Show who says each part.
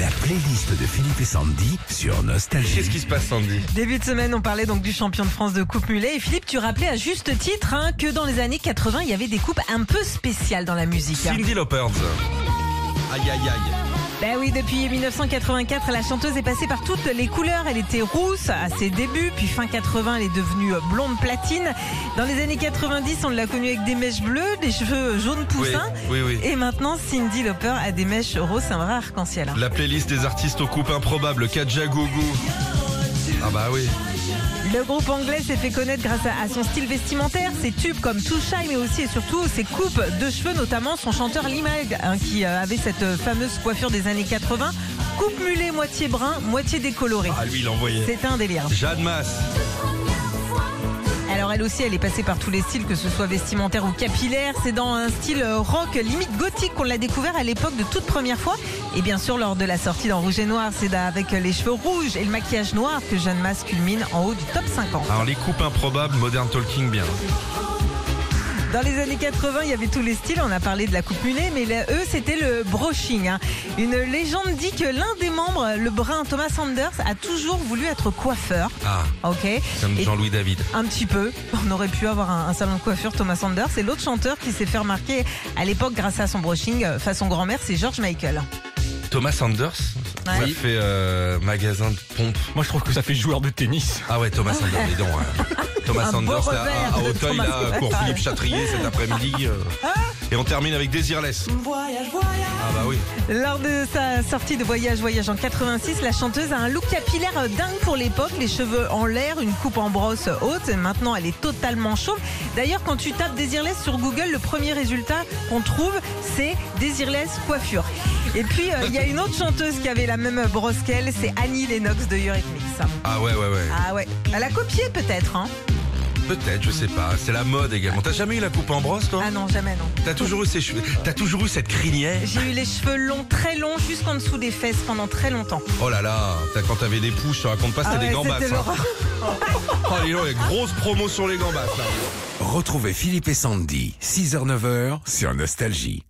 Speaker 1: La playlist de Philippe et Sandy sur Nostalgie.
Speaker 2: Qu'est-ce qui se passe, Sandy
Speaker 3: Début de semaine, on parlait donc du champion de France de Coupe Mulet. Et Philippe, tu rappelais à juste titre hein, que dans les années 80, il y avait des coupes un peu spéciales dans la musique. hein.
Speaker 2: Cindy Lopers. Aïe, aïe, aïe.
Speaker 3: Ben oui, depuis 1984, la chanteuse est passée par toutes les couleurs. Elle était rousse à ses débuts, puis fin 80, elle est devenue blonde platine. Dans les années 90, on l'a connue avec des mèches bleues, des cheveux jaunes
Speaker 2: Oui,
Speaker 3: poussins.
Speaker 2: oui, oui.
Speaker 3: Et maintenant, Cindy Lauper a des mèches roses, c'est un vrai arc-en-ciel. hein.
Speaker 2: La playlist des artistes aux coupes improbables, Kaja Gougou. Ah bah oui.
Speaker 3: Le groupe anglais s'est fait connaître grâce à, à son style vestimentaire, ses tubes comme Too Shy, mais aussi et surtout ses coupes de cheveux, notamment son chanteur Limag, hein, qui euh, avait cette euh, fameuse coiffure des années 80, coupe mulet moitié brun, moitié décoloré.
Speaker 2: Ah lui, il a envoyé.
Speaker 3: C'est un délire.
Speaker 2: Jeanne Masse.
Speaker 3: Alors elle aussi, elle est passée par tous les styles, que ce soit vestimentaire ou capillaire. C'est dans un style euh, rock limite gothique qu'on l'a découvert à l'époque de toute première fois. Et bien sûr, lors de la sortie dans Rouge et Noir, c'est avec les cheveux rouges et le maquillage noir que Jeanne Masse culmine en haut du top 50.
Speaker 2: Alors les coupes improbables, Modern Talking, bien.
Speaker 3: Dans les années 80, il y avait tous les styles. On a parlé de la coupe mulet, mais là, eux, c'était le brushing. hein. Une légende dit que l'un des membres, le brun Thomas Sanders, a toujours voulu être coiffeur.
Speaker 2: Ah,
Speaker 3: Ok.
Speaker 2: comme
Speaker 3: Et
Speaker 2: Jean-Louis David.
Speaker 3: un petit peu. On aurait pu avoir un, un salon de coiffure Thomas Sanders. Et l'autre chanteur qui s'est fait remarquer à l'époque grâce à son brushing euh, façon grand-mère, c'est George Michael.
Speaker 2: Thomas Sanders
Speaker 3: Ouais.
Speaker 2: Ça fait euh, magasin de pompes.
Speaker 4: Moi, je trouve que ça fait joueur de tennis.
Speaker 2: Ah ouais, Thomas Sanders, dis donc. ouais. Thomas
Speaker 3: Un
Speaker 2: Sanders,
Speaker 3: beau
Speaker 2: là, à- à
Speaker 3: revers de
Speaker 2: Auteuil,
Speaker 3: Thomas Ah.
Speaker 2: là,
Speaker 3: Sanders.
Speaker 2: cours Philippe Chatrier cet après-midi. euh. Et on termine avec Désirless. Ah bah oui.
Speaker 3: Lors de sa sortie de Voyage Voyage en 86, la chanteuse a un look capillaire dingue pour l'époque, les cheveux en l'air, une coupe en brosse haute. Maintenant, elle est totalement chauve. D'ailleurs, quand tu tapes Désirless sur Google, le premier résultat qu'on trouve, c'est Désirless coiffure. Et puis, euh, il y a une autre chanteuse qui avait la même brosse qu'elle, c'est Annie Lennox de Eurythmics.
Speaker 2: Ah ouais, ouais, ouais.
Speaker 3: Ah ouais, elle a copié peut-être, hein
Speaker 2: Peut-être, je sais pas. C'est la mode également. T'as jamais eu la coupe en brosse, toi
Speaker 3: Ah non, jamais non.
Speaker 2: T'as toujours eu ces cheveux. T'as toujours eu cette crinière.
Speaker 3: J'ai eu les cheveux longs, très longs, jusqu'en dessous des fesses pendant très longtemps.
Speaker 2: Oh là là. t'as- Quand t'avais des pouches, je te raconte pas, c'était
Speaker 3: Ah
Speaker 2: des
Speaker 3: ouais,
Speaker 2: gambasses.
Speaker 3: c'était
Speaker 2: hein.
Speaker 3: l'horreur.
Speaker 2: Oh, les gens, il y a grosse promo sur les gambasses, là.
Speaker 1: Retrouvez Philippe et Sandy, 6h-9h sur Nostalgie.